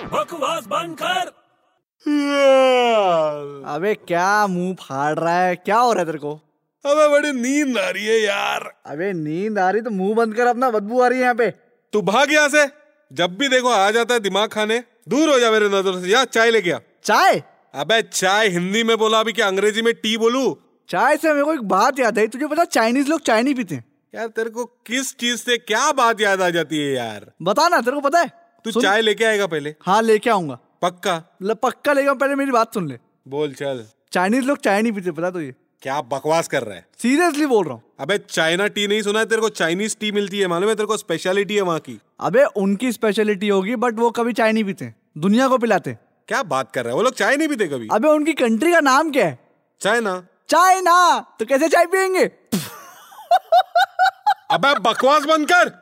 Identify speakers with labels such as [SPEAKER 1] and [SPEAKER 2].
[SPEAKER 1] आवाज बंद कर
[SPEAKER 2] अबे क्या मुंह फाड़ रहा है क्या हो रहा है तेरे को
[SPEAKER 1] हमें बड़ी नींद आ रही है यार
[SPEAKER 2] अबे नींद आ रही तो मुंह बंद कर अपना बदबू आ रही है यहाँ पे
[SPEAKER 1] तू भाग यहाँ से जब भी देखो आ जाता है दिमाग खाने दूर हो जा मेरे नजर से यार चाय लेके आ
[SPEAKER 2] चाय
[SPEAKER 1] अबे चाय हिंदी में बोला अभी क्या अंग्रेजी में टी बोलू
[SPEAKER 2] चाय से मेरे को एक बात याद आई तुझे पता चाइनीज लोग चाय नहीं पीते हैं।
[SPEAKER 1] यार तेरे को किस चीज से क्या बात याद आ जाती है यार
[SPEAKER 2] बता ना तेरे को पता है
[SPEAKER 1] तू
[SPEAKER 2] सुन-
[SPEAKER 1] चाय लेके आएगा पहले
[SPEAKER 2] हाँ लेके आऊंगा
[SPEAKER 1] पक्का
[SPEAKER 2] मतलब पक्का लेके आऊं, पहले मेरी बात सुन ले
[SPEAKER 1] बोल चल
[SPEAKER 2] चाइनीज लोग चाय नहीं पीते पता तो ये
[SPEAKER 1] क्या बकवास कर रहा है
[SPEAKER 2] सीरियसली बोल रहा हूँ
[SPEAKER 1] अबे चाइना टी नहीं सुना है तेरे को चाइनीज टी मिलती है मालूम है तेरे को स्पेशलिटी है वहाँ की
[SPEAKER 2] अबे उनकी स्पेशलिटी होगी बट वो कभी चाय नहीं पीते हैं। दुनिया को पिलाते हैं।
[SPEAKER 1] क्या बात कर रहा है वो लोग चाय नहीं पीते कभी
[SPEAKER 2] अबे उनकी कंट्री का नाम क्या है
[SPEAKER 1] चाइना
[SPEAKER 2] चाइना तो कैसे चाय पियेंगे
[SPEAKER 1] अबे बकवास बंद कर